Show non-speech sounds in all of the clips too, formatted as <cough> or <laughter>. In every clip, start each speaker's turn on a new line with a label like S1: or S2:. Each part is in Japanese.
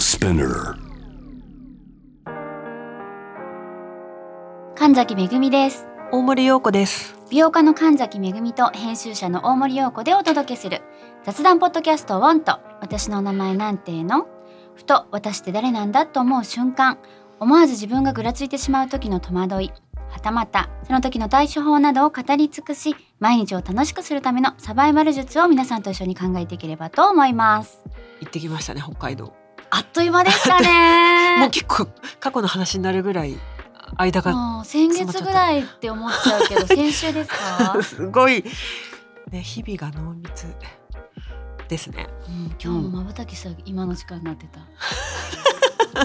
S1: Spinner.
S2: 神崎めぐみです
S3: 大森洋子です。
S2: 美容家の神崎めぐみと編集者の大森洋子でお届けする雑談ポッドキャスト「ワンと私のお名前なんてのふと私って誰なんだと思う瞬間思わず自分がぐらついてしまう時の戸惑いはたまたその時の対処法などを語り尽くし毎日を楽しくするためのサバイバル術を皆さんと一緒に考えていければと思います
S3: 行ってきましたね北海道。
S2: あっという間でした <laughs>
S3: もう
S2: ね
S3: 結構過去の話になるぐらい間が
S2: もう先月ぐらいって思っちゃうけ <laughs> ど先週ですか
S3: すごいね日々が濃密ですね。
S2: うん今日もまばたきした今の時間になってた。 <laughs>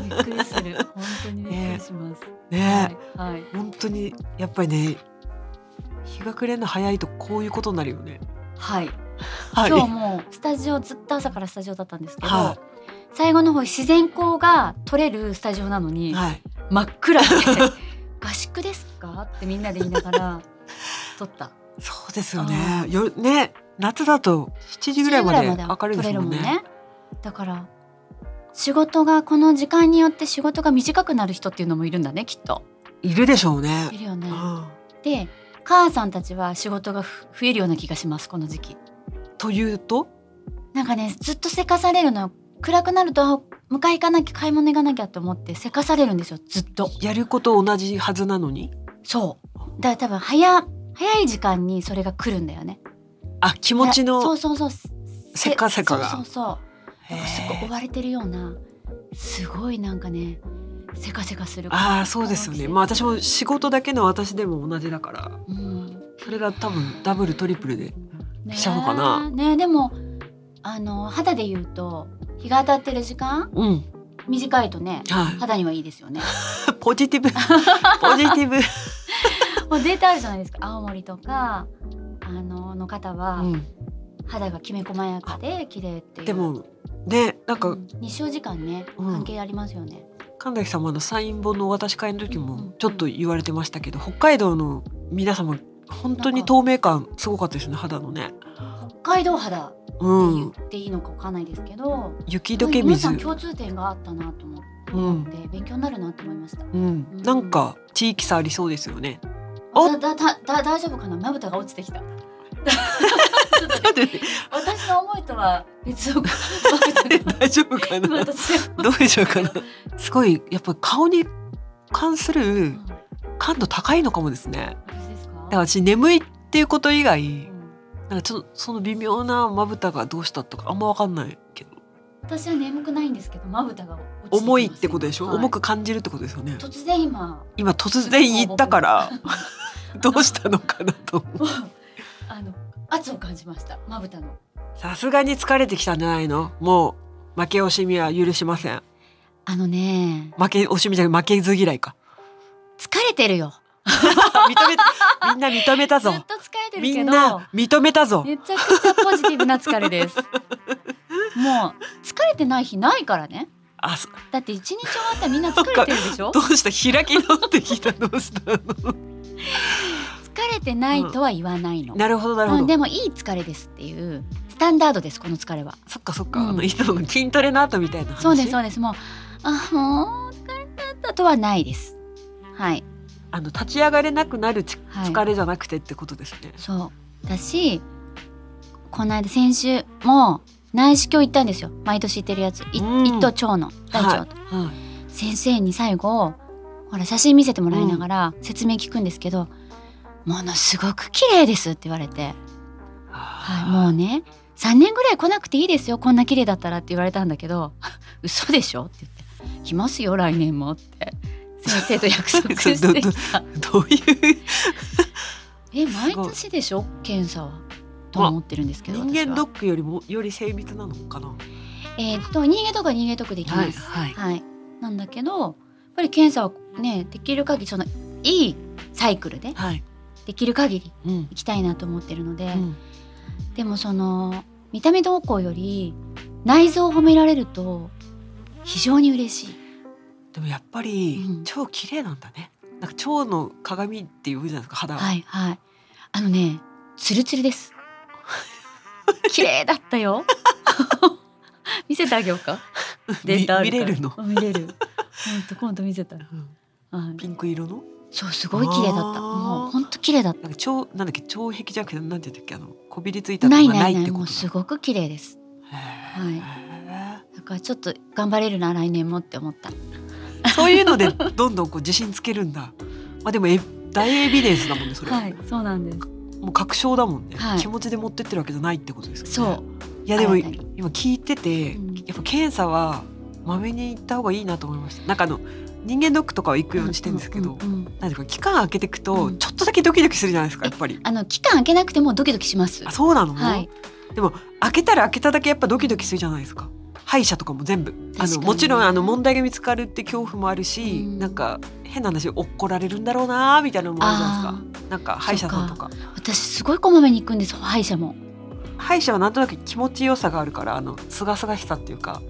S2: びっくりする。本当にびっくりします。
S3: ね、
S2: はい、はい、
S3: 本当にやっぱりね日が暮れるの早いとこういうことになるよね。
S2: はい。
S3: はい。
S2: 今日もうスタジオずっと朝からスタジオだったんですけど、
S3: は
S2: 最後の方自然光が取れるスタジオなのに、
S3: はい。
S2: 真っ暗で合宿ですかってみんなで言いなが <laughs> ら撮った。
S3: そうですよね。よね夏だと7時ぐらいまで明るいで
S2: 撮れ
S3: すもんね。
S2: るもんねだから仕事がこの時間によって仕事が短くなる人っていうのもいるんだねきっと。
S3: いるでしょうね
S2: い。るよね。
S3: うん
S2: で母さんたちは仕事がふ増えるような気がしますこの時期
S3: というと
S2: なんかねずっとせかされるのよ暗くなるとあ迎え行かなきゃ買い物行かなきゃと思ってせかされるんですよずっと
S3: やること同じはずなのに
S2: そうだから多分早早い時間にそれが来るんだよね
S3: あ気持ちの
S2: そうそうそうせ
S3: せかせかが
S2: そうそうそうなんかすごい追われてるようなすごいなんかねせかせかする
S3: ああそうですよね。まあ私も仕事だけの私でも同じだから、
S2: うん
S3: それが多分ダブルトリプルで。
S2: ね
S3: しちゃうのかな
S2: ねでもあの肌で言うと日が当たってる時間
S3: うん。
S2: 短いとね
S3: は
S2: 肌にはいいですよね。
S3: い。 <laughs> ポジティ <laughs> ブ。ポジティブ。
S2: もうデータあるじゃないですか。青森とかあのの方は
S3: うん
S2: 肌がきめ細やかで綺麗っていう。
S3: でもね、なん
S2: う
S3: か
S2: ん日照時間ね
S3: うん
S2: 関係ありますよね。
S3: 神崎様のサイン本のお渡し会の時
S2: うんう
S3: も
S2: ん
S3: ちょっと言われてましたけど、北海道の皆様本当に透明感すごかったですね肌のね。
S2: 北海道肌って
S3: う
S2: 言
S3: ん。
S2: っていいのかわかんないですけど、
S3: 雪
S2: なんか
S3: 解け
S2: 皆さ
S3: 水
S2: ん。共通点があったなと思っ
S3: うん。
S2: て勉強になるなと思いました。
S3: うん。なんか地域差ありそうですよね。 <laughs> お
S2: だだだだ大丈夫かなまぶたが落ちてき
S3: <laughs>
S2: た。私の思いとは別のまぶ
S3: <laughs>
S2: たが
S3: 大丈夫か
S2: 今
S3: な。
S2: <laughs> 私が
S3: どうでしょうかな。すごいやっぱ顔に関す
S2: う
S3: る
S2: ん
S3: 感度高いのかもですね。
S2: 私ですか
S3: だから私眠いっていうこと以
S2: う
S3: 外、
S2: ん
S3: なんかちょっとその微妙なまぶたがどうしたとかあんまわかんないけど、
S2: 私は眠くないんですけどまぶたが落ちてきます
S3: 重いってことでしょ。
S2: はい
S3: 重く感じるってことですよね。
S2: 突然今 <laughs>
S3: 今突然言ったから。 <laughs> どうしたのかなと思う
S2: もうあの圧を感じましたまぶたの
S3: さすがに疲れてきたんじゃないのもう負け惜しみは許しません
S2: あのね
S3: 負け惜しみじゃなく負けず嫌いか <laughs>
S2: 疲れてるよ
S3: 認めみんな認めた
S2: <laughs> ずっ
S3: ぞ
S2: と疲れてる
S3: み
S2: け
S3: ん
S2: ど
S3: な認めたぞ
S2: めちゃくちゃポジティブな疲れ
S3: <laughs>
S2: ですもう疲れてない日ないからね
S3: あそ
S2: だって一日終わったらみんな疲れてるでしょ
S3: どうした開き直ってきたどうしたの
S2: 疲れてないとは言わないの、
S3: なるほどなるほど、
S2: うんでもいい疲れですっていうスタンダードですこの疲れは
S3: そっかそっか、
S2: うん
S3: あのいつもの筋トレの後みたいな話
S2: そうですそうですもうあもう疲れちゃったとはないですはい
S3: あの立ち上がれなくなるち
S2: はい
S3: 疲れじゃなくてってことですね、
S2: そうだしこの間先週も内視鏡行ったんですよ毎年行ってるやつい
S3: うん
S2: 一等腸の大腸、
S3: はい
S2: 先生に最後ほら写真見せてもらいながら説明聞くんですけど、ものすごく綺麗ですって言われて、はい、
S3: は
S2: もうね3年ぐらい来なくていいですよこんな綺麗だったらって言われたんだけど <laughs> 嘘でしょって言って来ますよ来年もって先生と約束してきた
S3: い <laughs> どういう
S2: え毎年でしょ検査はと思ってるんですけど
S3: 人間
S2: 私は
S3: ドックよりもより精密なのかな
S2: えーっと人間とか人間とかできます、
S3: はいはい
S2: なんだけどやっぱり検査はねできる限りそのいいサイクルで
S3: はい、
S2: できる限り
S3: うん
S2: 行きたいなと思ってるので、
S3: うん
S2: でもその見た目どうこうより内臓を褒められると非常に嬉しい
S3: でもやっぱり
S2: うん
S3: 超綺麗なんだねなんか腸の鏡っていうじゃないですか肌は、 <laughs>
S2: はいはいあのねツルツルです <laughs> 綺麗だったよ見せてあげようか
S3: み
S2: データある
S3: 見
S2: から
S3: れるの、
S2: 見れる本当今度見せた
S3: <laughs>
S2: ら、
S3: うん
S2: はい、
S3: ピンク色の
S2: そうすごい綺麗だった
S3: あー
S2: もう本当綺麗だっ
S3: なんか超なんだっけ超壁じゃなくてなんて言うんだっけあのこびりつい
S2: た
S3: たの
S2: ない
S3: が
S2: な
S3: ない
S2: い
S3: っ
S2: な
S3: て
S2: い
S3: こ
S2: も
S3: と
S2: うすごく綺麗です
S3: はい
S2: だからちょっと頑張れるな来年もって思った
S3: そういうので <laughs> どんどんこう自信つけるんだまあでもえ大エビデンスだもんねそれは、
S2: はいそうなんです
S3: もう確証だもんね、
S2: はい
S3: 気持ちで持ってってるわけじゃないってことですよね
S2: そう
S3: いやでも
S2: 新たに
S3: 今聞いてて、
S2: うん
S3: やっぱ検査はまめに行った方がいいなと思いましたなんかあの人間ドックとかは行くようにしてるんですけど、
S2: うんうんうん
S3: なんていうか期間空けていくと
S2: うん
S3: ちょっとだけドキドキするじゃないですか
S2: え
S3: やっぱり、
S2: あの期間空けなくてもドキドキします
S3: あそうなの、
S2: はい
S3: 開けたら開けただけやっぱドキドキするじゃないですか歯医者とかも全部あ
S2: 確か
S3: の
S2: に
S3: もちろんあの問題が見つかるって恐怖もあるし、
S2: うん
S3: なんか変な話怒られるんだろうなーみたいなのもあるじゃ
S2: あ
S3: ないですかなんか歯医者さんとか
S2: ー私すごいこまめに行くんです歯医者も
S3: 歯医者はなんとなく気持ちよさがあるからあのすがすがしさっていうか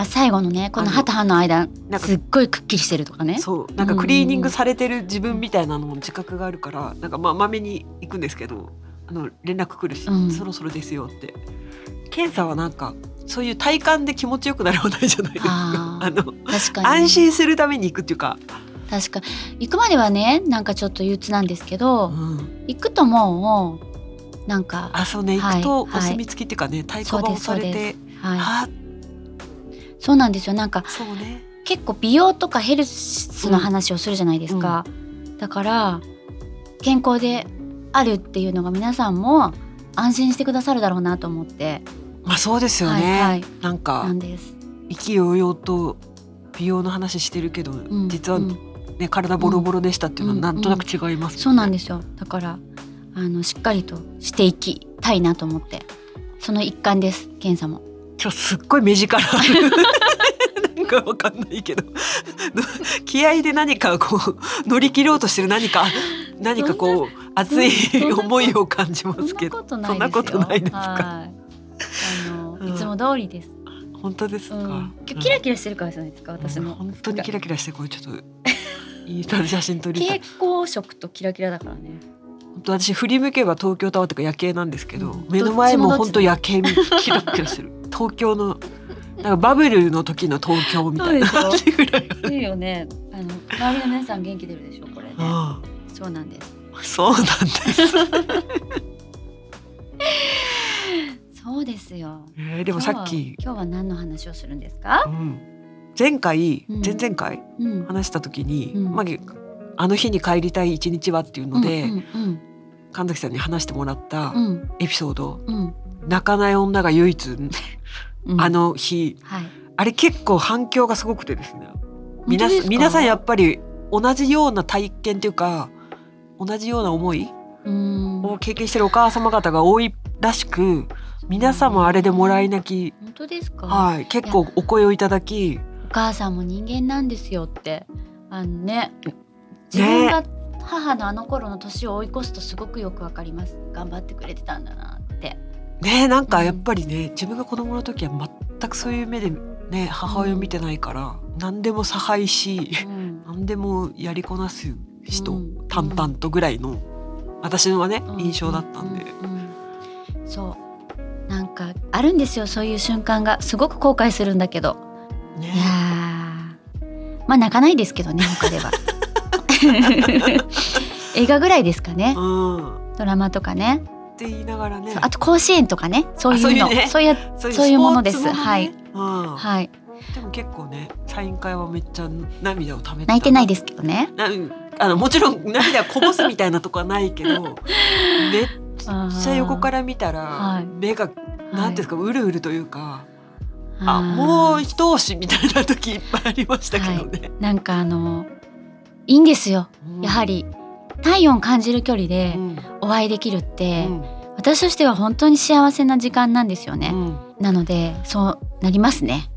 S2: あ最後のねこの
S3: あの
S2: 歯と歯の間
S3: なんか
S2: すっごいくっきりしてるとかね
S3: そうなんかクリーニングされてる自分みたいなのも自覚があるからなんかまあまめに行くんですけどあの連絡来るし、
S2: うん
S3: そろそろですよって検査はなんかそういう体感で気持ちよくなるはないじゃないですか
S2: あー
S3: <laughs> あの
S2: 確かに
S3: 安心するために行くっていうか、
S2: 確か行くまではねなんかちょっと憂鬱なんですけど、行くともうなんか
S3: あそうね行
S2: はい
S3: くとお
S2: はい
S3: 墨付きっていうかね、太鼓判をされ
S2: そうで
S3: て
S2: は
S3: あ
S2: いそうなんですよなんか
S3: そうね
S2: 結構美容とかヘルスの話をするじゃないですか、だから健康であるっていうのが皆さんも安心してくださるだろうなと思って、
S3: まあそうですよね、
S2: はいはい
S3: なん
S2: な
S3: か
S2: んです、
S3: 意気揚々と美容の話してるけど、
S2: うん
S3: 実は
S2: う
S3: ね、
S2: ん
S3: 体ボロボロでしたっていうの
S2: うん
S3: はなんとなく違います、
S2: そうなん
S3: で
S2: ですよだからあのしっかりとしていきたいなと思ってその一環です検査も
S3: 今日すっごい目力あ
S2: <laughs>
S3: るなんかわかんないけど <laughs> 気合で何かこう乗り切ろうとしてる何か何かこう熱い
S2: そんなこと
S3: 思いを感じま
S2: そん
S3: すけ
S2: な
S3: ど
S2: ことないですよ
S3: そんなことないですか
S2: はいあの
S3: うん
S2: いつも通りです、
S3: 本当です
S2: う
S3: か、
S2: ん、今日キラキラしてるからじゃないですか私
S3: うん
S2: の
S3: 本当にキラキラしてこれちょっと <laughs> インスタで写真撮りたい
S2: 蛍光色とキラキラだからね
S3: <laughs> 本当私振り向けば東京タワーとか夜景なんですけど、
S2: うん
S3: 目の前も
S2: どっ
S3: 本
S2: ちも
S3: 当夜景みキラキ
S2: <laughs>
S3: ラしてる東京のなんかバブルの時の東京みたいな
S2: そう
S3: 感
S2: で
S3: じぐらい
S2: いいよね。あの周りの皆さん元気出るでしょこれで。
S3: <laughs> あ
S2: そうなんです。
S3: あそうな
S2: <laughs>
S3: んです、
S2: そうですよ。
S3: えーでもさっき、
S2: 今日は今日は何の話をするんですか？
S3: うん前回
S2: うん
S3: 前々回
S2: うん。
S3: 話した時に、
S2: うん
S3: まああの日に帰りたい一日はっていうので、
S2: うんうん
S3: 神崎さんに話してもらった
S2: うん
S3: エピソード、
S2: うん
S3: 泣かない女が唯一、
S2: うん。
S3: あの日
S2: はい。
S3: あれ結構反響がすごくてですね
S2: 本当で
S3: 皆
S2: すか
S3: 皆さんやっぱり同じような体験というか同じような思いう
S2: ーん
S3: を経験してるお母様方が多いらしく皆さんもあれでもらい泣き、
S2: 本当ですか？
S3: はい、結構お声をいただき
S2: お母さんも人間なんですよってあのね自分が母のあの頃の年を追い越すとすごくよくわかります。頑張ってくれてたんだな
S3: <laughs>
S2: って。
S3: ねなんかやっぱりね自分が子供の時は全くそういう目で、ね、母親を見てないから、何でも差配し
S2: うん
S3: 何でもやりこなす人、
S2: うん
S3: 淡々とぐらいの私のはね印象だったんで。
S2: うんうんうんそうなんかあるんですよそういう瞬間がすごく後悔するんだけど
S3: ね
S2: いやーまあ泣かないですけどね他
S3: <laughs>
S2: では映画ぐらいですかね
S3: うん
S2: ドラマとかね
S3: って言いながらね
S2: そうあと甲子園とかねそういうの
S3: あ
S2: そ
S3: そうう
S2: い,、
S3: いううね
S2: や
S3: そ
S2: そういうものです
S3: スポーツものね
S2: はい
S3: うん
S2: はい
S3: でも結構ねサイン会はめっちゃ涙をため
S2: 泣いてない
S3: で
S2: ですけどね
S3: なあのもちろん涙こぼすみたいなとこはない
S2: <laughs>
S3: けどめっちゃ横から見たら、
S2: はい
S3: 目がなんていうんですか、うるうるというか、あ
S2: あー
S3: もう一押しみたいな時いっぱいありましたけどね、
S2: なんかあのいいんですよ
S3: うん
S2: やはり体温感じる距離で
S3: うん
S2: お会いできるって、
S3: うん
S2: 私としては本当に幸せな時間なんですよね、
S3: うん
S2: なのでそうなりますね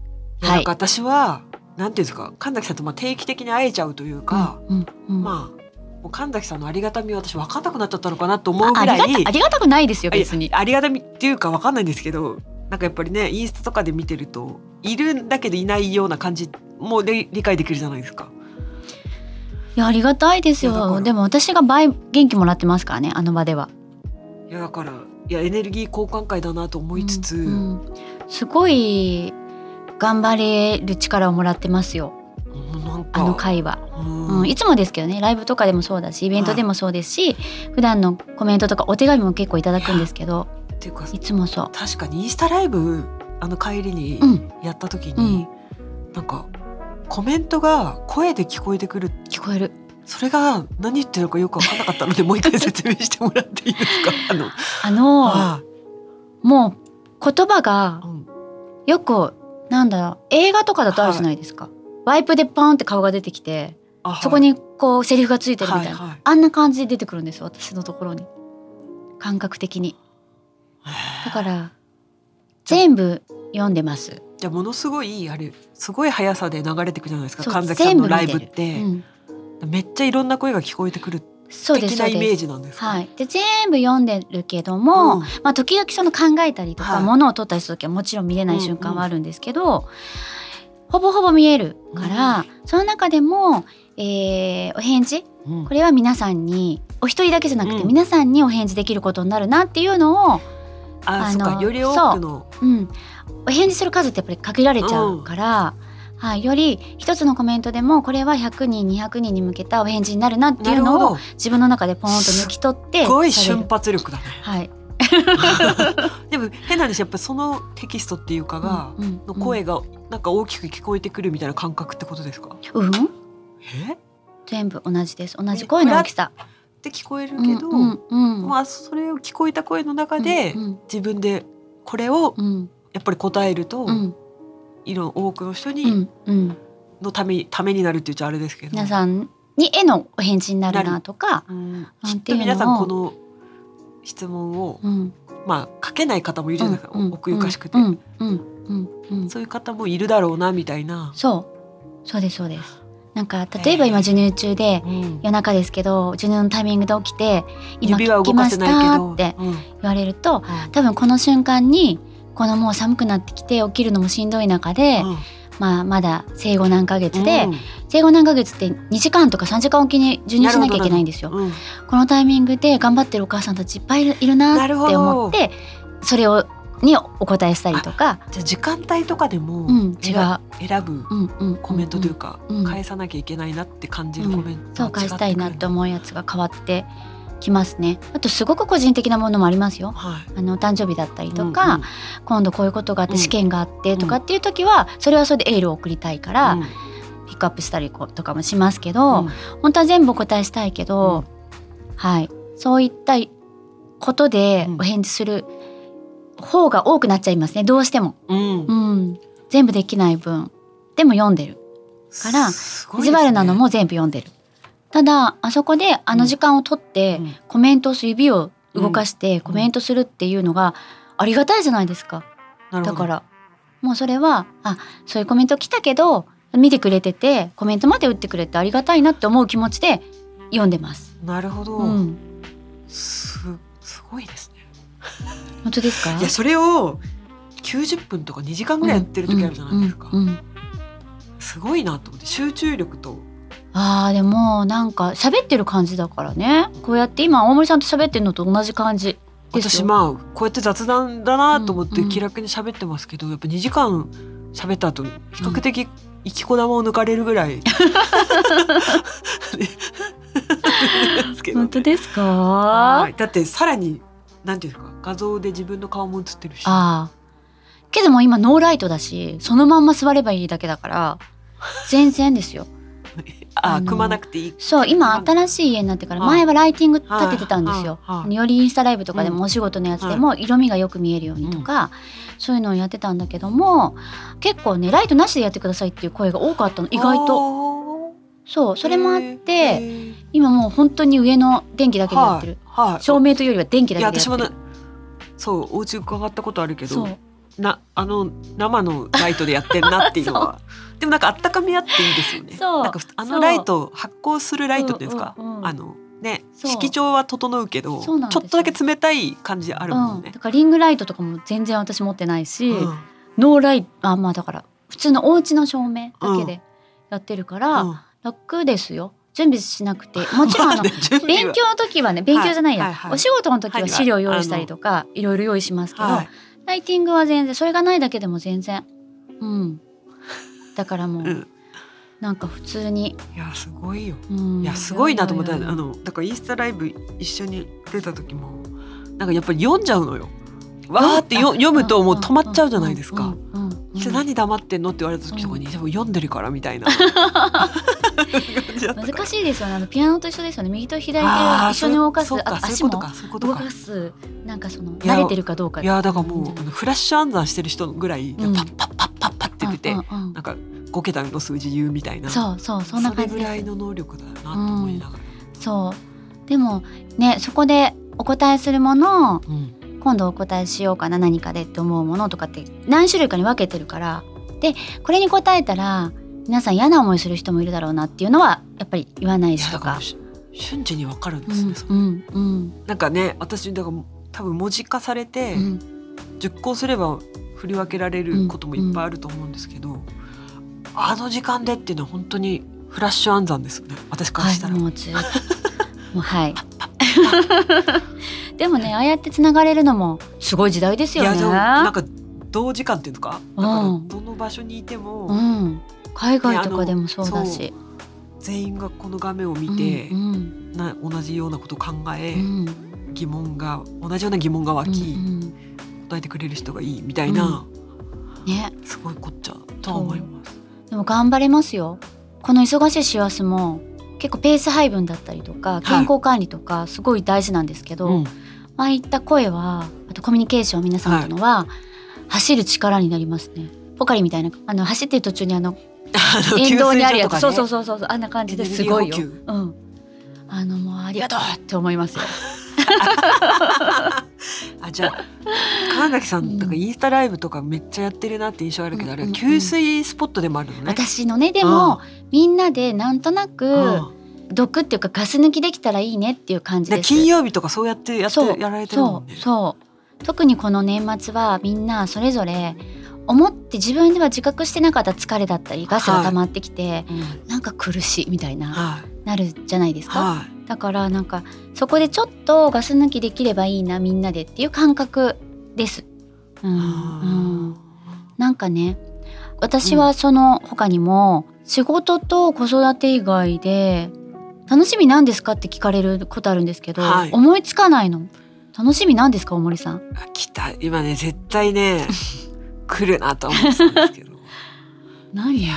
S3: いや
S2: は
S3: なん
S2: い
S3: か私はなんていうんですか神崎さんとまあ定期的に会えちゃうというか、
S2: うんうん
S3: まあもう神崎さんのありがたみを私分かんなくなっちゃったのかなと思う
S2: あ
S3: ぐ
S2: あ
S3: らい
S2: りがたありがたくないですよ別に
S3: ありがたみっていうかわかんないんですけどなんかやっぱりねインスタとかで見てるといるんだけどいないような感じもで理解できるじゃないですか。
S2: いやありがたいです
S3: いやだか
S2: よ
S3: ら
S2: でも私が倍元気もらってますからねあの場ではい
S3: やだからいやエネルギー交換会だなと思いつつ、
S2: うんうんすごい頑張れる力をもらってますよ
S3: うんなんか
S2: あの会は、
S3: うん
S2: うん、いつもですけどねライブとかでもそうだしイベントでもそうですし、普段のコメントとかお手紙も結構いただくんですけど
S3: っていうか
S2: いつもそう
S3: 確かにインスタライブあの帰りに
S2: うん
S3: やった時に、なんかコメントが声で聞こえてくる
S2: 聞こえる
S3: それが何言ってるのかよく分からなかったのでもう一回説明してもらっていいで
S2: <laughs>
S3: すかあの
S2: あの
S3: あ
S2: もう言葉が
S3: あうん
S2: よくなんだろう映画とかだとあるじゃないですか、ワイプでパーンって顔が出てきて
S3: あはい
S2: そこにこうセリフがついてるみたいな、
S3: はいはい
S2: あんな感じで出てくるんですよ私のところに感覚的にだから全部読んでます
S3: じゃあものすごいあれすごい速さで流れてくじゃないですか
S2: そう
S3: 神崎さんのライブっ
S2: 全部見て
S3: て
S2: る、うん
S3: めっちゃいろんな声が聞こえてくる
S2: そうです
S3: 的
S2: そう
S3: なイメ
S2: で
S3: ー
S2: す
S3: ジなんですか
S2: はい、で全部読んでるけども、
S3: うん
S2: まあ、時々その考えたりとか、
S3: はい
S2: ものを取ったりする時はもちろん見れない瞬間はあるんですけど、ほぼほぼ見えるから、その中でも、えーお返事
S3: うん
S2: これは皆さんにお一人だけじゃなくて、
S3: うん
S2: 皆さんにお返事できることになるなっていうのを、
S3: あ
S2: あ
S3: そ
S2: の
S3: っかより多くの
S2: うん、お返事する数ってやっぱり限られちゃうから、はい、より一つのコメントでもこれは100人200人に向けたお返事になるなって
S3: ないる
S2: う
S3: ほ
S2: のを
S3: どす
S2: 自分の中でポーンと抜き取って
S3: ごい
S2: される
S3: 瞬発力だね
S2: はい、
S3: <laughs> でも変な話やっぱそのテキストっていうかが、
S2: うんうん
S3: の声がなんか大きく聞こえてくるみたいな感覚ってことですか、
S2: うん
S3: えっ
S2: 全部同じです同じ声の大きさ
S3: て聞こえるけど、
S2: うんうんうん
S3: まあそれを聞こえた声の中で、
S2: うん
S3: 自分でこれを
S2: うん
S3: やっぱり答えると、
S2: うん
S3: いろん多くの人
S2: う
S3: に
S2: んうん
S3: のためにためになるって言っちゃあれですけど
S2: 皆さんに絵のお返事になるなとか
S3: うん
S2: な
S3: き
S2: ん
S3: ってと
S2: いうのを
S3: 皆さんこの質問を、
S2: うん
S3: まあ書けない方もいるじゃないですか、
S2: うん
S3: 奥ゆかしくて、
S2: うんうんうんうん
S3: そういう方もいるだろうなみたいな。
S2: そうそうですそうですなんか例えば今授乳中で
S3: うん
S2: 夜中ですけど授乳のタイミングで起きて今
S3: 指は
S2: 聞
S3: 動
S2: き
S3: か
S2: ま
S3: せ
S2: し
S3: ないけ
S2: た
S3: ど、
S2: って
S3: うん
S2: 言われると多分この瞬間にこのもう寒くなってきて起きるのもしんどい中で、
S3: うん
S2: まあ、まだ生後何ヶ月で、
S3: うん
S2: 生後何ヶ月って2時間とか3時間おきに授乳しなきゃいけないんですよ。
S3: うん
S2: このタイミングで頑張ってるお母さんたちいっぱいいるいるな
S3: な
S2: って
S3: るほど
S2: 思ってそれをにお答えしたりとか、
S3: じゃあ時間帯とかでも、
S2: うん、違
S3: 選
S2: う、
S3: 選ぶ
S2: うんうん、
S3: コメントというか、
S2: うんうん
S3: 返さなきゃいけないなって感じるコメント
S2: そう
S3: は違ってくる
S2: 返したいなと思うやつが変わってきますね。あとすごく個人的なものもありますよ。
S3: は
S2: あのお誕生日だったり
S3: い、
S2: とか、今度こういうことがあっ
S3: う
S2: て
S3: ん
S2: 試験があってとかっていう時は、それはそれでエールを送りたいから、
S3: うん
S2: ピックアップしたりことかもしますけど、
S3: うん
S2: 本当は全部お答えしたいけど、はいそういったことで
S3: うん
S2: お返事する方が多くなっちゃいますねどうしても、
S3: うん
S2: うん、全部できない分でも読んでるから
S3: すご
S2: 意
S3: い
S2: 地
S3: ですね
S2: 悪なのも全部読んでるただあそこであの時間を取って、
S3: うん
S2: コメントをする指を動かしてコメントするっていうのがありがたいじゃないですか
S3: なるほ
S2: だ
S3: ど
S2: からもうそれはあそういうコメント来たけど見てくれててコメントまで打ってくれてありがたいなって思う気持ちで読んでます。
S3: なるほど、
S2: うん、
S3: すすごいですね
S2: 本当ですか
S3: いやそれを90分とか2時間ぐらいやってる時あるじゃないですか、
S2: うんうんうん
S3: すごいなと思って集中力と
S2: あーでもなんか喋ってる感じだからねこうやって今大森さんと喋ってるのと同じ感じです
S3: 私
S2: よ。
S3: まあこうやって雑談だなと思
S2: う
S3: っ
S2: ん
S3: て
S2: うん
S3: 気楽に喋ってますけど、やっぱ2時間喋った後比較的生きこ玉を抜かれるぐらい、
S2: <laughs>
S3: ですけど
S2: 本当です
S3: は
S2: か
S3: いだってさらになんていうんですか画像で自分の顔も映ってるし
S2: ああけどもう今ノーライトだしそのまんま座ればいいだけだから全然ですよ。
S3: あ
S2: あの
S3: 組まなくていい
S2: そう今新しい家になってから
S3: はい
S2: 前はライティング立ててたんですよ
S3: はいはい。はい
S2: よりインスタライブとかで
S3: うん
S2: もお仕事のやつでも色味がよく見えるようにとかそういうのをやってたんだけども結構ねライトなしでやってくださいっていう声が多かったの意外と
S3: と
S2: そうそれもあって今もう本当に上の電気だけでやってる
S3: はいはい
S2: 照明というよりは電気だ
S3: いや
S2: けで
S3: 私
S2: や
S3: も
S2: って
S3: な
S2: る
S3: そうお家伺ったことあるけ
S2: そ
S3: ど
S2: う
S3: なあの生のライトでやってんなっていうの
S2: <laughs>
S3: はでもなんかあったかみあっていいですよね
S2: そう
S3: なんかふあ
S2: そ
S3: の
S2: う
S3: ライト発光するライトっていうんですか、
S2: うんうんうん
S3: あのね
S2: そう
S3: 色調は整うけどち
S2: そう
S3: ょ
S2: なん
S3: っ
S2: ですよ
S3: とだけ冷たい感じあるもん
S2: うん
S3: ね
S2: だ、からリングライトとかも全然私持ってないし
S3: うん
S2: ノーライトあまあだから普通のお家の照明だけでやってるから、
S3: うん
S2: 楽ですよ準備しなくてもちろんあの
S3: まあね <laughs> 準
S2: <laughs>
S3: 備
S2: 勉
S3: は
S2: 強の時はね勉強じゃないや、
S3: はいはい
S2: お仕事の時は資料用意したりとかいろいろ用意しますけど、
S3: はい
S2: ライティングは全然それがないだけでも全然うんだからもう、
S3: うん
S2: なんか普通に、
S3: いやすごいよ
S2: うん
S3: いやすごいなと思ったあ
S2: いやいやいや
S3: のだからインスタライブ一緒に出た時もなんかやっぱり読んじゃうのよわーってよ読むともう止まっちゃうじゃないですか。
S2: うんうんうんうん
S3: じゃあ何黙ってんのって言われた時とかに、でも読んでるからみたいな
S2: 難
S3: い
S2: しいですよねあのピアノと一緒ですよね右と左手を一緒に動かす
S3: そう
S2: あと
S3: かそういう
S2: 足
S3: こ
S2: も
S3: とかそういうこと
S2: 動
S3: か
S2: かすなんかその
S3: いや
S2: 慣れてるかどうか
S3: いやだからもうあのフラッシュ暗算してる人ぐらい、
S2: うん
S3: パッパッパッパッパッって出て、
S2: うんうんうん
S3: なんか5桁の数字言うみたいな
S2: そうそうそんな感
S3: そ
S2: じ
S3: れぐら
S2: で
S3: い
S2: す
S3: の能力だなと思いながら、
S2: そうでもねそこでお答えするものを
S3: うん
S2: 今度お答えしようかな何かでって思うものとかって何種類かに分けてるからでこれに答えたら皆さん嫌な思いする人もいるだろうなっていうのはやっぱり言わない
S3: い
S2: し
S3: や
S2: と
S3: だから
S2: か
S3: もう。し瞬時にわかるん
S2: う
S3: ですね
S2: ん、うんうん
S3: なんかね私だから多分文字化されて、
S2: うん
S3: 熟考すれば振り分けられることもいっぱいあると思うんですけど、あの時間でっていうのは本当にフラッシュ暗算ですよね私からした
S2: はい、
S3: ら、
S2: もうずっと <laughs> もうはい <laughs> でもねああやってつながれるのもすごい時代ですよ
S3: や
S2: ね
S3: でもなんか同時間っていうのかだから
S2: うん
S3: どの場所にいても、
S2: うん海外とかでもそうだし
S3: 全員がこの画面を見て、
S2: うんうん
S3: な同じようなことを考え、
S2: うん
S3: 疑問が同じような疑問が湧き、
S2: うんうん
S3: 答えてくれる人がいいみたいな、
S2: ね
S3: すごいこっちゃとは思います。
S2: でも頑張れますよこの忙しい師走も結構ペース配分だったりとか健康管理とかすごい大事なんですけど、
S3: うん
S2: ああいった声はあとコミュニケーション皆さんとのは、走る力になりますねポカリみたいなあの走ってる途中にあの
S3: あの
S2: 沿道にあるやつ、
S3: 給水所とかね
S2: そうそうそうそうあんな感じですごいよ
S3: エネルギー補
S2: うんあのもうありがとうって思いますよ
S3: あじゃあ川崎さ
S2: うん
S3: んとかインスタライブとかめっちゃやってるなって印象あるけど、あれ
S2: うんうんうん
S3: 給水スポットでもあるのね。
S2: 私のねでも、みんなでなんとな
S3: うん
S2: く毒っていうかガス抜きできたらいいねっていう感じ
S3: で
S2: です
S3: 金曜日とかそうやってやって
S2: そう
S3: やられてるも
S2: そ
S3: ん
S2: う
S3: ね。
S2: そう特にこの年末はみんなそれぞれ思って自分では自覚してなかった疲れだったりガスが溜まってきて、
S3: うん
S2: なんか苦しいみたいな
S3: はい
S2: なるじゃないですか、
S3: はい
S2: だからなんかそこでちょっとガス抜きできればいいなみんなでっていう感覚です。うんうん、なんかね私はその他にも仕事と子育て以外で楽しみなんですかって聞かれることあるんですけど、
S3: はい
S2: 思いつかないの楽しみなんですか大森さん
S3: あ来た今ね絶対
S2: <laughs>
S3: ね来るなと思ってたんですけど。
S2: 何
S3: いや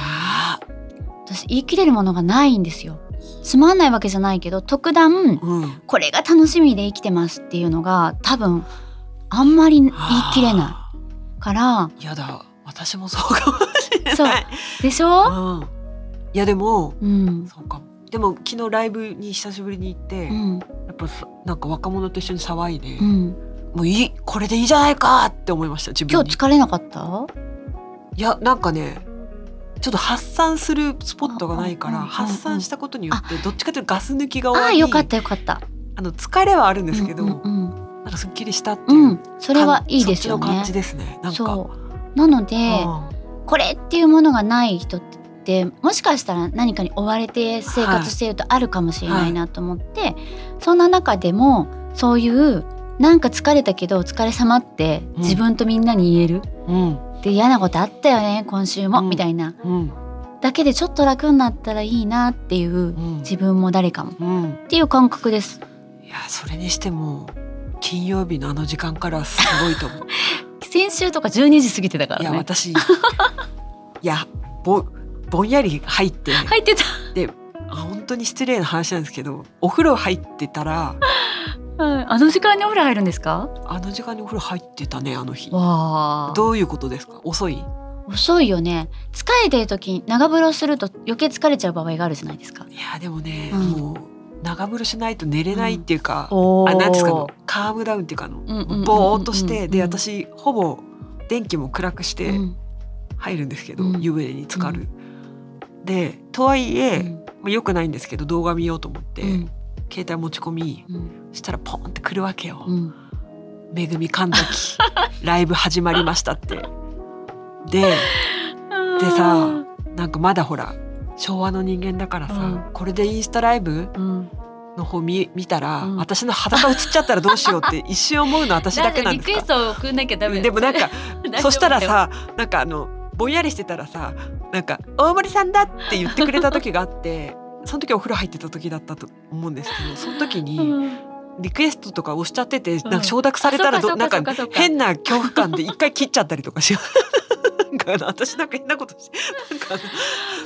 S2: 私言い切れるものがないんですよつまんないわけじゃないけど特段
S3: ーうん。
S2: これが楽しみで生きてますっていうのが多分あんまり言い切れない
S3: あ
S2: いから
S3: ー。いやだ私もそうかもしれない。
S2: そうでしょ、
S3: うん。いやでも
S2: うん
S3: そうかも。でも昨日ライブに久しぶりに行って。
S2: うん
S3: やっぱそなんか若者と一緒に騒いで、
S2: うん、
S3: もういいこれでいいじゃないかって思いました自
S2: 今
S3: 分に
S2: 日疲れなかった
S3: いやなんかねちょっと発散するスポットがないか
S2: あ
S3: ら
S2: ああ
S3: 発散したことによってどっちかというとガス抜きが終
S2: あ
S3: わ
S2: あ
S3: り
S2: よかったよかった
S3: あの疲れはあるんですけど、
S2: うんうんうん
S3: なんかすっきりしたってい
S2: う
S3: う、
S2: ん、それはいいですよ
S3: そっちの
S2: ね
S3: 感じ。ですねなんか
S2: そうなので、
S3: う
S2: これっていうものがない人ってもしかしたら何かに追われて生活しているとあるかもしれないなと思って、そんな中でもそういうなんか疲れたけどお疲れ様って
S3: うん
S2: 自分とみんなに言える、
S3: ん
S2: で嫌なことあったよね今週も、
S3: うん
S2: みたいな
S3: うん
S2: だけでちょっと楽になったらいいなっていう
S3: うん
S2: 自分も誰かもっ
S3: うん
S2: ていう感覚です。
S3: いやそれにしても金曜日のあの時間からすごいと思う
S2: 先週とか12時過ぎてたか
S3: いや
S2: ら <laughs> ね。
S3: 私いやぼぼんやり入って
S2: 入ってた。
S3: あ本当に失礼な話なんですけどお風呂入ってたら
S2: うんあの時間にお風呂入るんですか？
S3: あの時間にお風呂入ってたねあの日
S2: わあ。
S3: どういうことですか遅い
S2: 遅いよね疲れてる時に長風呂すると余計疲れちゃう場合があるじゃないですか
S3: いやでもね、
S2: うん
S3: もう長風呂しないと寝れないっていうか、
S2: お
S3: あなんですかあのカームダウンっていうかあ
S2: ん
S3: の、
S2: うんうんうん
S3: ぼーっとして、
S2: うん
S3: で私ほぼ電気も暗くして
S2: うん
S3: 入るんですけど、
S2: うん
S3: 湯船に浸かる、でとはいえ、
S2: うん
S3: まあ、よくないんですけど動画見ようと思って、
S2: うん
S3: 携帯持ち込み
S2: うん
S3: したらポンってくるわけよ、
S2: うん
S3: めぐみ神崎ライブ始まりましたって。ででさなんかまだほら昭和の人間だからさ、
S2: う
S3: これでインスタライブ
S2: うん
S3: の方見見たら、
S2: うん
S3: 私の裸映っちゃったらどうしよう
S2: <laughs>
S3: って一瞬思うの私だけなんです
S2: リクエ
S3: か
S2: <laughs> ストを送んなきゃダメ
S3: でもなんか
S2: 大丈夫
S3: そしたらさなんかあのぼんやりしてたらさなんか「大森さんだ!」って言ってくれた時があってその時お風呂入ってた時だったと思うんですけどその時に。リクエストとか押しちゃってて、
S2: ん
S3: なんか承諾されたら
S2: あそ
S3: ど
S2: う
S3: な
S2: か
S3: んか
S2: そうかそうか
S3: 変な恐怖感で一回切っちゃったりとかしなんかあの私なんか変なことしてなんかあ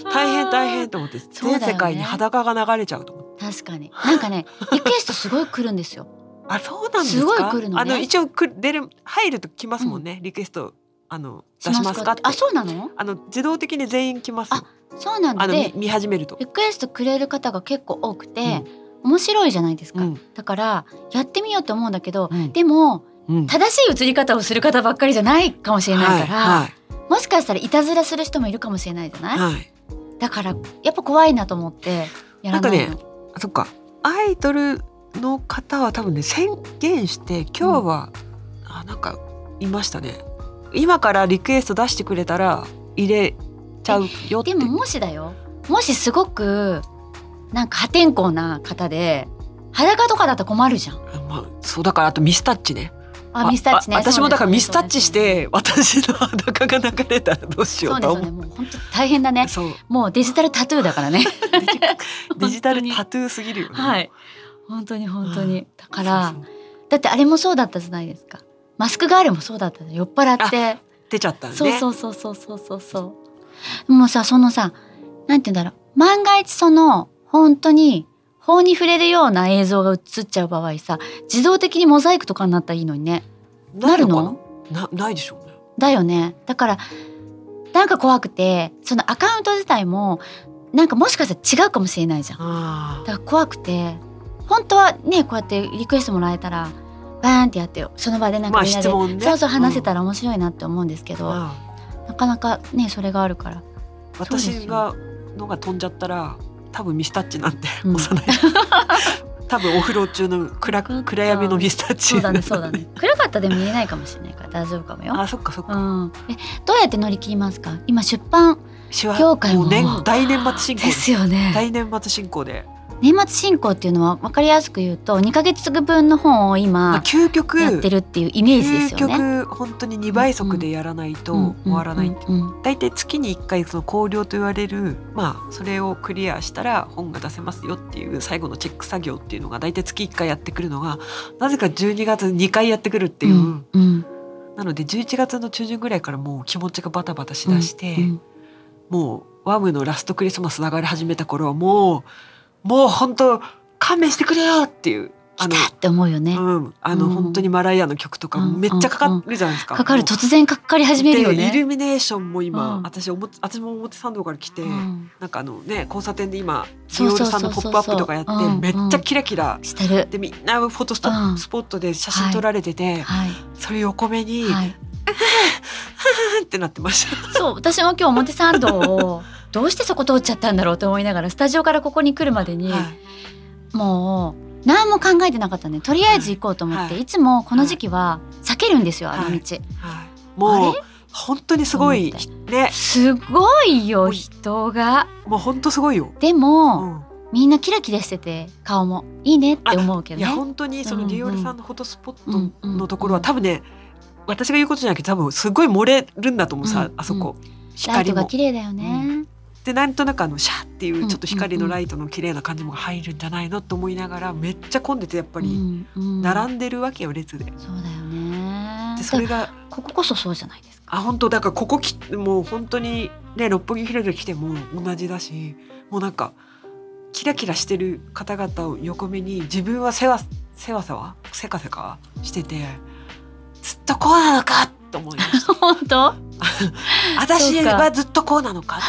S3: の大変大変と思って、
S2: そうだよ
S3: 全
S2: ね
S3: 世界に裸が流れちゃうと思って
S2: 確かになんかねリクエストすごい来るんですよ
S3: <laughs> あそうなんですか
S2: すごい来るのね
S3: あの一応く出る入ると来ますもんね、リクエストあの出しますかって
S2: あそうなの
S3: あの自動的に全員来ます
S2: あそうなん
S3: あの
S2: で
S3: 見見始めると
S2: リクエストくれる方が結構多くて、面白いじゃないですか、
S3: うん
S2: だからやってみようと思うんだけど、
S3: うん
S2: でも
S3: うん
S2: 正しい映り方をする方ばっかりじゃないかもしれないから、
S3: はい
S2: もしかしたらいたずらする人もいるかもしれないじゃない、
S3: はいはい
S2: だからやっぱ怖いなと思ってやらないの
S3: なんあそっかアイドルの方は多分ね宣言して今日は、あなんかいましたね今からリクエスト出してくれたら入れちゃうよって
S2: でももしだよもしすごくなんか破天荒な方で裸とかだと困るじゃん
S3: あまあ、そうだからあとミスタッチね
S2: あミスタッチね
S3: ああ私もだからミスタッチし
S2: そうです
S3: て私の裸が流れたらどうしよ
S2: そう
S3: う
S2: ですそう
S3: と思
S2: ですもう本当大変だ
S3: <laughs>
S2: ね
S3: そう
S2: もうデジタルタトゥーだ
S3: <laughs>
S2: からね
S3: デジ
S2: <laughs>
S3: デジタル
S2: 本当に
S3: タトゥーすぎるよね
S2: はい本当に本当
S3: う
S2: に
S3: ん
S2: だから
S3: そうそう
S2: だってあれもそうだったじゃないですかマスクガールもそうだったの酔っ払って
S3: 出ちゃったんで
S2: そうそうそうそうそうそうそうもうさそのさなんて言うんだろう万が一その本当に法に触れるような映像が映っちゃう場合さ自動的にモザイクとかになったらいいのにねなる
S3: か
S2: の
S3: ななないでしょうね
S2: だよねだからなんか怖くてそのアカウント自体もなんかもしかしたら違うかもしれないじゃん
S3: あ
S2: だから怖くて本当はねこうやってリクエストもらえたらバーンってやってよその場でなん
S3: ま
S2: か
S3: あ
S2: みんなで、
S3: 質問ね
S2: そうそう話せ
S3: ら、
S2: たら面白いなって思うんですけ
S3: う
S2: ど、
S3: んうん
S2: なかなかねそれがあるからそうですよ
S3: 私がのが飛んじゃったら多分ミスタッチなんて
S2: うん <laughs>
S3: 押さない、多分お風呂中の暗
S2: そっか
S3: 暗闇のミスタッチ
S2: そうだ
S3: <laughs>
S2: ねそうだね暗かったでも見えないかもしれないから大丈夫かもよ、
S3: あそっかそっ
S2: う
S3: か、
S2: ん、えどうやって乗り切りますか今出版
S3: 手話
S2: 業界も
S3: う年大年末進行
S2: で
S3: です
S2: すよね
S3: 大年末進行で、
S2: 年末進行っていうのは分かりやすく言うと2ヶ月分の本を
S3: まあ
S2: 今
S3: 究極
S2: やってるっていうイメージです
S3: 究
S2: よね
S3: 極本当に2倍速でやらないと
S2: うん
S3: 終わらない、
S2: うんうん
S3: 大体月に1回その考慮と言われるまあそれをクリアしたら本が出せますよっていう最後のチェック作業っていうのが大体月1回やってくるのがなぜか12月2回やってくるっていう、
S2: うんうん
S3: なので11月の中旬ぐらいからもう気持ちがバタバタしだして、
S2: うん
S3: もうワームのラストクリスマス流れ始めた頃はもうもう本当勘弁してくれよっていうあ
S2: 来
S3: の
S2: たって思うよね、
S3: うん、あの
S2: うん
S3: 本当にマライアの曲とか
S2: うん
S3: めっちゃかかるじゃないですか。
S2: かかる
S3: もう
S2: 突然かかり始めるよ
S3: でイ
S2: ね
S3: ルミネーションも今、
S2: うん
S3: 私おも私も表参道から来て、
S2: うん
S3: なんかあのね交差点で今デ
S2: そ
S3: ィ
S2: う
S3: オ
S2: そう
S3: ー
S2: そ
S3: ル
S2: うそう
S3: さ
S2: ん
S3: のポップアップとかやって
S2: うん
S3: めっちゃキラキラ
S2: してる
S3: でみんなフォトスト
S2: うん
S3: スポットで写真撮られてて、
S2: はい
S3: それ横目に、
S2: はい
S3: ってなってました。
S2: そう私も今日表参道をどうしてそこ通っちゃったんだろうと思いながらスタジオからここに来るまでに、
S3: はい
S2: もう何も考えてなかったねとりあえず行こうと思って、、
S3: はいい
S2: つもこの時期は避けるんですよ、
S3: はい
S2: あの道
S3: はい、もう
S2: あ
S3: 本当にすごい
S2: と思
S3: ね
S2: すごいよ
S3: うん
S2: 人が
S3: もう本当すごいよ。
S2: で
S3: う
S2: も、
S3: ん、
S2: みんなキラキラしてて顔もいいねって思うけ
S3: い
S2: ど
S3: や
S2: ね
S3: 本当にそ
S2: うんう
S3: の
S2: ん
S3: ディオールさんのフォトスポ
S2: う
S3: ッ
S2: んう
S3: ト
S2: ん
S3: のところは多分ね私が言うことじゃなくて多分すごい漏れるんだと思
S2: う
S3: う
S2: ん
S3: さ、
S2: うん
S3: あそこ
S2: ライト
S3: 光
S2: が
S3: も。
S2: 綺麗だよね、
S3: でなんとなくあのシャーってい
S2: ん
S3: うちょっと光のライトの綺麗な感じも入るんじゃないのと思いながらめっちゃ混んでてやっぱり
S2: うんうん
S3: 並んでるわけよ列で。
S2: そうだよね
S3: でそれ
S2: だ
S3: が
S2: こここそそうじゃないですか
S3: あ本当だからここきもう本当にね六本木ヒルズ来ても同じだしもうなんかキラキラしてる方々を横目に自分はせわせわせわせかせかしててずっとこうなのかと思いまし <laughs> た
S2: 本当
S3: 私はずっとこうなのか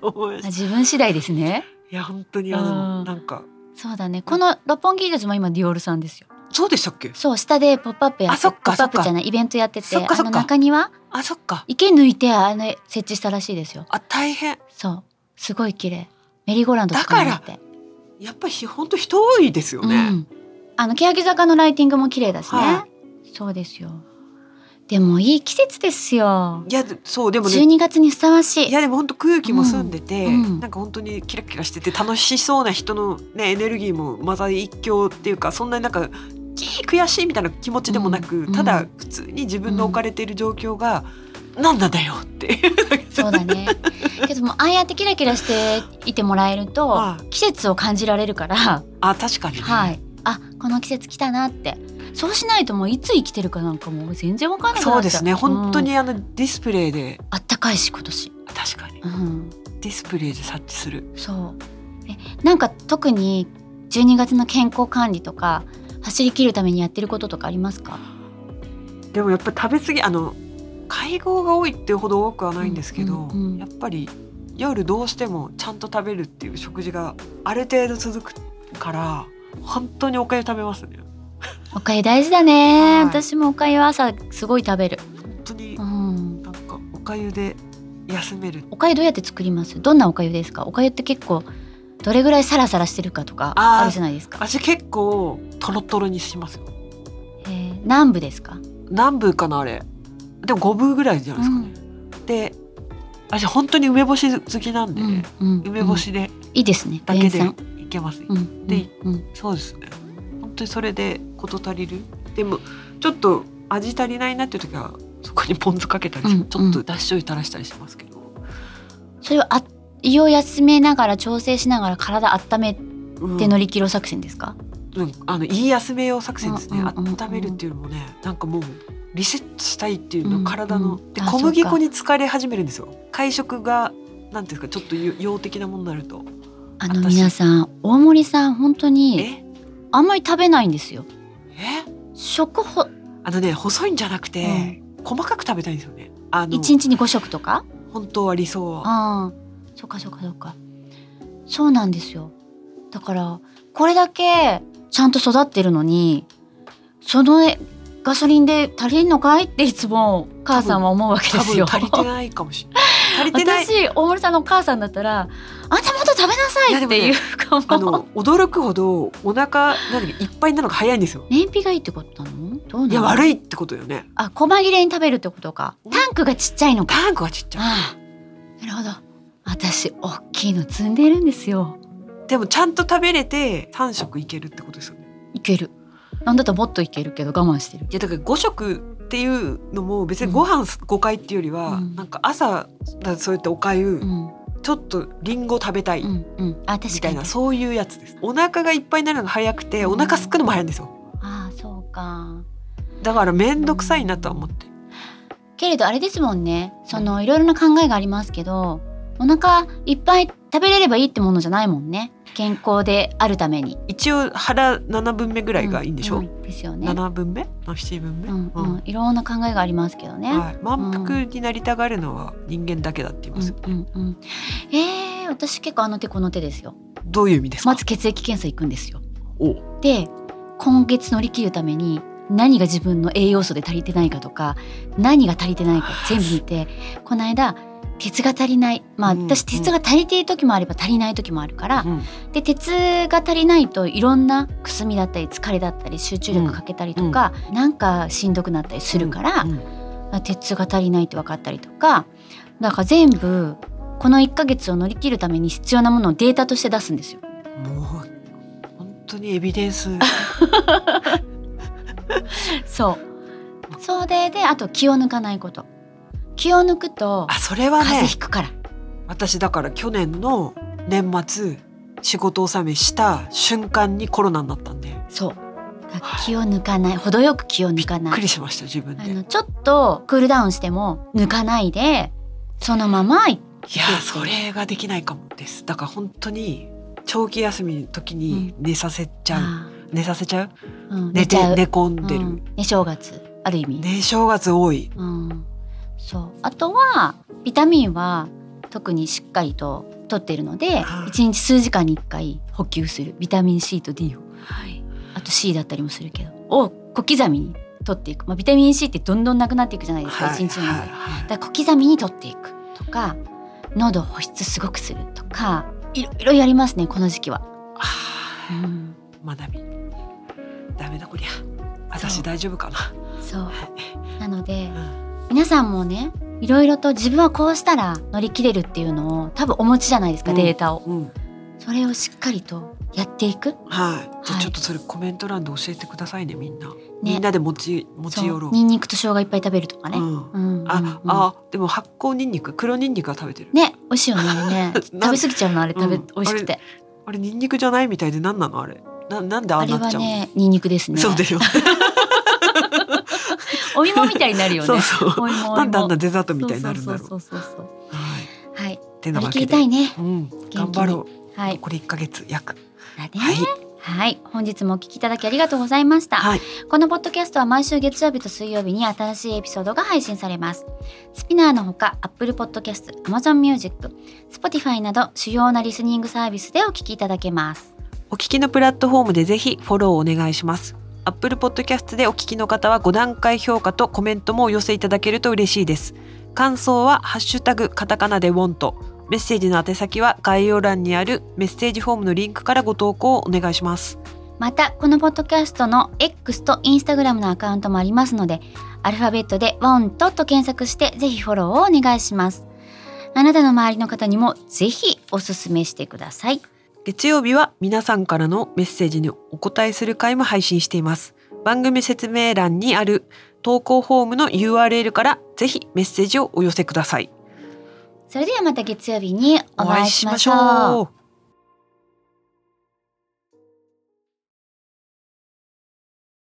S3: と <laughs> 思いました
S2: 自分次第ですね
S3: いや本当にあの
S2: うん
S3: なんか
S2: そうだねこの六本木ヒルズも今ディオールさんですよ
S3: そうでしたっけ
S2: そう下でポップアップや
S3: あそっ
S2: ポ
S3: か
S2: ップアッ
S3: そ
S2: プ
S3: っか
S2: じゃないイベントやってて
S3: そっかそっ
S2: あの
S3: か
S2: 中庭
S3: あそっか
S2: 池抜いてあの設置したらしいですよ
S3: あ大変
S2: そうすごい綺麗メリーゴーランドとかになって
S3: やっぱり本当人多いですよね、
S2: うん、あの欅坂のライティングも綺麗だしね、
S3: は
S2: そうですよでもいい季節ですよ
S3: いやでそうでもね
S2: 12月にふさわしい
S3: いやでも本当空気も澄んでて、
S2: うんうん
S3: なんか本当にキラキラしてて楽しそうな人の、ね、エネルギーもまた一興っていうかそんなになんかキー悔しいみたいな気持ちでもなく、
S2: うん
S3: た
S2: う
S3: だ
S2: ん
S3: 普通に自分の置かれている状況が、なんなんだよって
S2: そうだねけどもああやってキラキラしていてもらえると、
S3: はい
S2: 季節を感じられるから、
S3: あ確かにね、
S2: はいあこの季節来たなってそうしないともういつ生きてるかなんかもう全然わかんなくなっちゃう
S3: そうですね本当
S2: うん
S3: にあのディスプレイで
S2: あったかいし今年
S3: 確かに
S2: うん
S3: ディスプレイで察知する
S2: そうえなんか特に12月の健康管理とか走り切るためにやってることとかありますか
S3: でもやっぱり食べ過ぎあの会合が多いっていうほど多くはないんですけど、
S2: うんうんうん
S3: やっぱり夜どうしてもちゃんと食べるっていう食事がある程度続くから本当におかゆ食べますね
S2: おかゆ大事だね、
S3: はい
S2: 私もおかゆは朝すごい食べる、
S3: 本当に
S2: うん、
S3: なんかおかゆで休める
S2: おかゆどうやって作りますどんなおかゆですかおかゆって結構どれぐらいサラサラしてるかとか
S3: あー
S2: あるじゃないですか、
S3: 味結構トロトロにしますよ
S2: えー、南部ですか、
S3: 何分かなあれでも5分ぐらいじゃないですかね、で私本当に梅干し好きなんで、
S2: うん
S3: 梅干、しで
S2: うんいいですね
S3: だけ
S2: 原
S3: で
S2: 産
S3: いけます、
S2: うん
S3: で
S2: うん
S3: そうですね本当にそれで事足りるでもちょっと味足りないなっていう時はそこにポン酢かけたりし、
S2: うん
S3: ちょっとだし醤油垂らしたりしますけど、
S2: それをあ胃を休めながら調整しながら体温め
S3: うん
S2: て乗り切ろう作戦ですか、
S3: うんあのいい休めよう作戦ですね、
S2: うんうんうんうん
S3: 温めるっていうのもねなんかもうリセットしたいっていう
S2: うんう
S3: の
S2: ん
S3: 体の、で
S2: あ
S3: 小麦
S2: そうか
S3: 粉に疲れ始めるんですよ会食がなんていうんですかちょっとよ洋的なものになると
S2: あの
S3: 私
S2: 皆さん大森さん本当に
S3: え
S2: あんまり食べないんですよ
S3: え
S2: 食ほ
S3: あのね細いんじゃなくて、細かく食べたいんですよねあの
S2: 一日に5食とか
S3: 本当は理想は
S2: ああそうかそうかそうかそうなんですよだからこれだけちゃんと育ってるのにそのえガソリンで足りんのかいっていつも母さんは思うわけで
S3: 多
S2: す
S3: 分
S2: よ
S3: 足りてないかもしれない足りてない
S2: 私大森さんのお母さんだったら「あんたもっと食べなさい」っていうかも
S3: あの <laughs> 驚くほどお腹なんだっけいっぱいになるのが早いんですよ
S2: 燃費がいいってことなのどうなの
S3: いや悪
S2: い
S3: いってことよね
S2: あ細切れに食べるってことかタンクがちっちゃいのか
S3: タンクはちっちゃい
S2: ああなるほど私大きいの積んでるんですよ
S3: でもちゃんと食べれて3食いけるってことですよね
S2: いけるなんだったらもっといけるけど我慢してる
S3: いやだから5食っていうのも別にご飯5回っていうよりは、
S2: うん
S3: なんか朝だそうやっておかゆ、
S2: うん
S3: ちょっとリンゴ食べたい、
S2: うんうんあ確
S3: み
S2: か
S3: たい
S2: に
S3: なそういうやつですお腹がいっぱいになるのが早くてお腹すくのも早いんですよ
S2: あーそうか
S3: だから面倒くさいなとは思って
S2: けれどあれですもんねそのいろいろな考えがありますけどお腹いっぱい食べれればいいってものじゃないもんね健康であるために
S3: 一応腹7分目ぐらいがいいんでしょ、
S2: ううですよね
S3: 7分目7分目、
S2: うんうんいろんな考えがありますけどね、
S3: はい、満腹になりたがるのは人間だけだって言いますよね、
S2: うんうんうんえー、私結構あの手この手ですよ
S3: どういう意味ですか、
S2: まず血液検査行くんですよ
S3: お
S2: で今月乗り切るために何が自分の栄養素で足りてないかとか何が足りてないか全部見てこの間鉄が足りないまあ
S3: うん
S2: 私
S3: うん
S2: 鉄が足りている時もあれば足りない時もあるから、
S3: うん
S2: で鉄が足りないといろんなくすみだったり疲れだったり集中力かけたりとか、なんかしんどくなったりするから、
S3: うん
S2: あ鉄が足りないって分かったりとかだから全部この1ヶ月を乗り切るために必要なものをデータとして出すんですよ。
S3: もう本当にエビデンス
S2: そう。そうで、で、あと気を抜かないこと。気を抜くと
S3: あ、それは
S2: 風
S3: ね
S2: 邪ひくから。
S3: 私だから去年の年末仕事納めした瞬間にコロナになったんで
S2: そう。だから
S3: はい
S2: 気を抜かない。程よく気を
S3: び
S2: 抜
S3: っ
S2: かな
S3: く
S2: い。
S3: りしました自分
S2: あ
S3: でいや
S2: の、ちょっとクールダウンしても抜かないで、そのままい、
S3: ーそれができないかもですだから本当に長期休みの時に寝させちゃう、
S2: あ
S3: 寝させちゃう
S2: ーうん、
S3: 寝
S2: 寝ち
S3: て
S2: ゃう。
S3: 寝込んで
S2: う
S3: る、
S2: ん寝正月、ある意味。
S3: ね正月多い
S2: うん。そう。あとは、ビタミンは特にしっかりと取っているので、
S3: あー
S2: 1日数時間に1回補給する。ビタミン C と D を。あと C だったりもするけどを小刻みに取っていく、まあ、ビタミン C ってどんどんなくなっていくじゃないですか、
S3: はい
S2: 一日の中で、
S3: はいはい
S2: だから小刻みに取っていくとか喉保湿すごくするとかいろいろやりますねこの時期は、
S3: あ
S2: うん、
S3: ー学びダメだこりゃ私大丈夫かな
S2: そうなの
S3: う
S2: で
S3: ん
S2: 皆さんもねいろいろと自分はこうしたら乗り切れるっていうのを多分お持ちじゃないですか、
S3: うん
S2: データを
S3: うん
S2: それをしっかりとやっていく
S3: はい。じゃ
S2: は
S3: あ
S2: い
S3: ちょっとそれコメント欄で教えてくださいねみんな。み
S2: ね
S3: んなで持ち持ち寄ろう。
S2: ニンニクと生姜いっぱい食べるとかね、
S3: うん
S2: うんうん
S3: あ、
S2: うん
S3: あでも発酵ニンニク黒ニンニクは食べてる。
S2: ね美味しいよねあれね食べ
S3: <laughs> なん
S2: 過ぎちゃうのあれ食べ、
S3: うん
S2: 美味しくて
S3: あれニンニクじゃないみたいで何なのあれ。ななんであ
S2: あ
S3: あ
S2: れ
S3: なっ
S2: は
S3: ちゃうの。
S2: ねニンニクですね
S3: <laughs> そうですよ。
S2: お芋みたいになるよね
S3: そうそう。
S2: お芋お芋
S3: なんであんなデザートみたいになるんだろう。
S2: そうそうそうそうそうは
S3: はい。
S2: い
S3: てな
S2: 乗り
S3: わ
S2: 切
S3: け
S2: りた
S3: で。
S2: いね
S3: うん。
S2: 気に
S3: 頑張ろ
S2: は
S3: う。
S2: い
S3: 残り一ヶ月約。
S2: だね
S3: はい
S2: はい、本日もお聞きいただきありがとうございました、
S3: はい。
S2: このポッドキャストは毎週月曜日と水曜日に新しいエピソードが配信されます。スピナーのほか Apple Podcast、Amazon Music、Spotify など主要なリスニングサービスでお聞きいただけます。
S3: お聞きのプラットフォームでぜひフォローお願いします。Apple Podcast でお聞きの方は5段階評価とコメントもお寄せいただけると嬉しいです。感想はハッシュタグカタカナで want メッセージの宛先は概要欄にあるメッセージフォームのリンクからご投稿をお願いします。
S2: また、このポッドキャストの X と Instagram のアカウントもありますので、アルファベットで WONT と検索してぜひフォローをお願いします。あなたの周りの方にもぜひおすすめしてください。
S3: 月曜日は皆さんからのメッセージにお答えする回も配信しています。番組説明欄にある投稿フォームの URL からぜひメッセージをお寄せください。
S2: それではまた月曜日にお会いしましょう。
S3: う。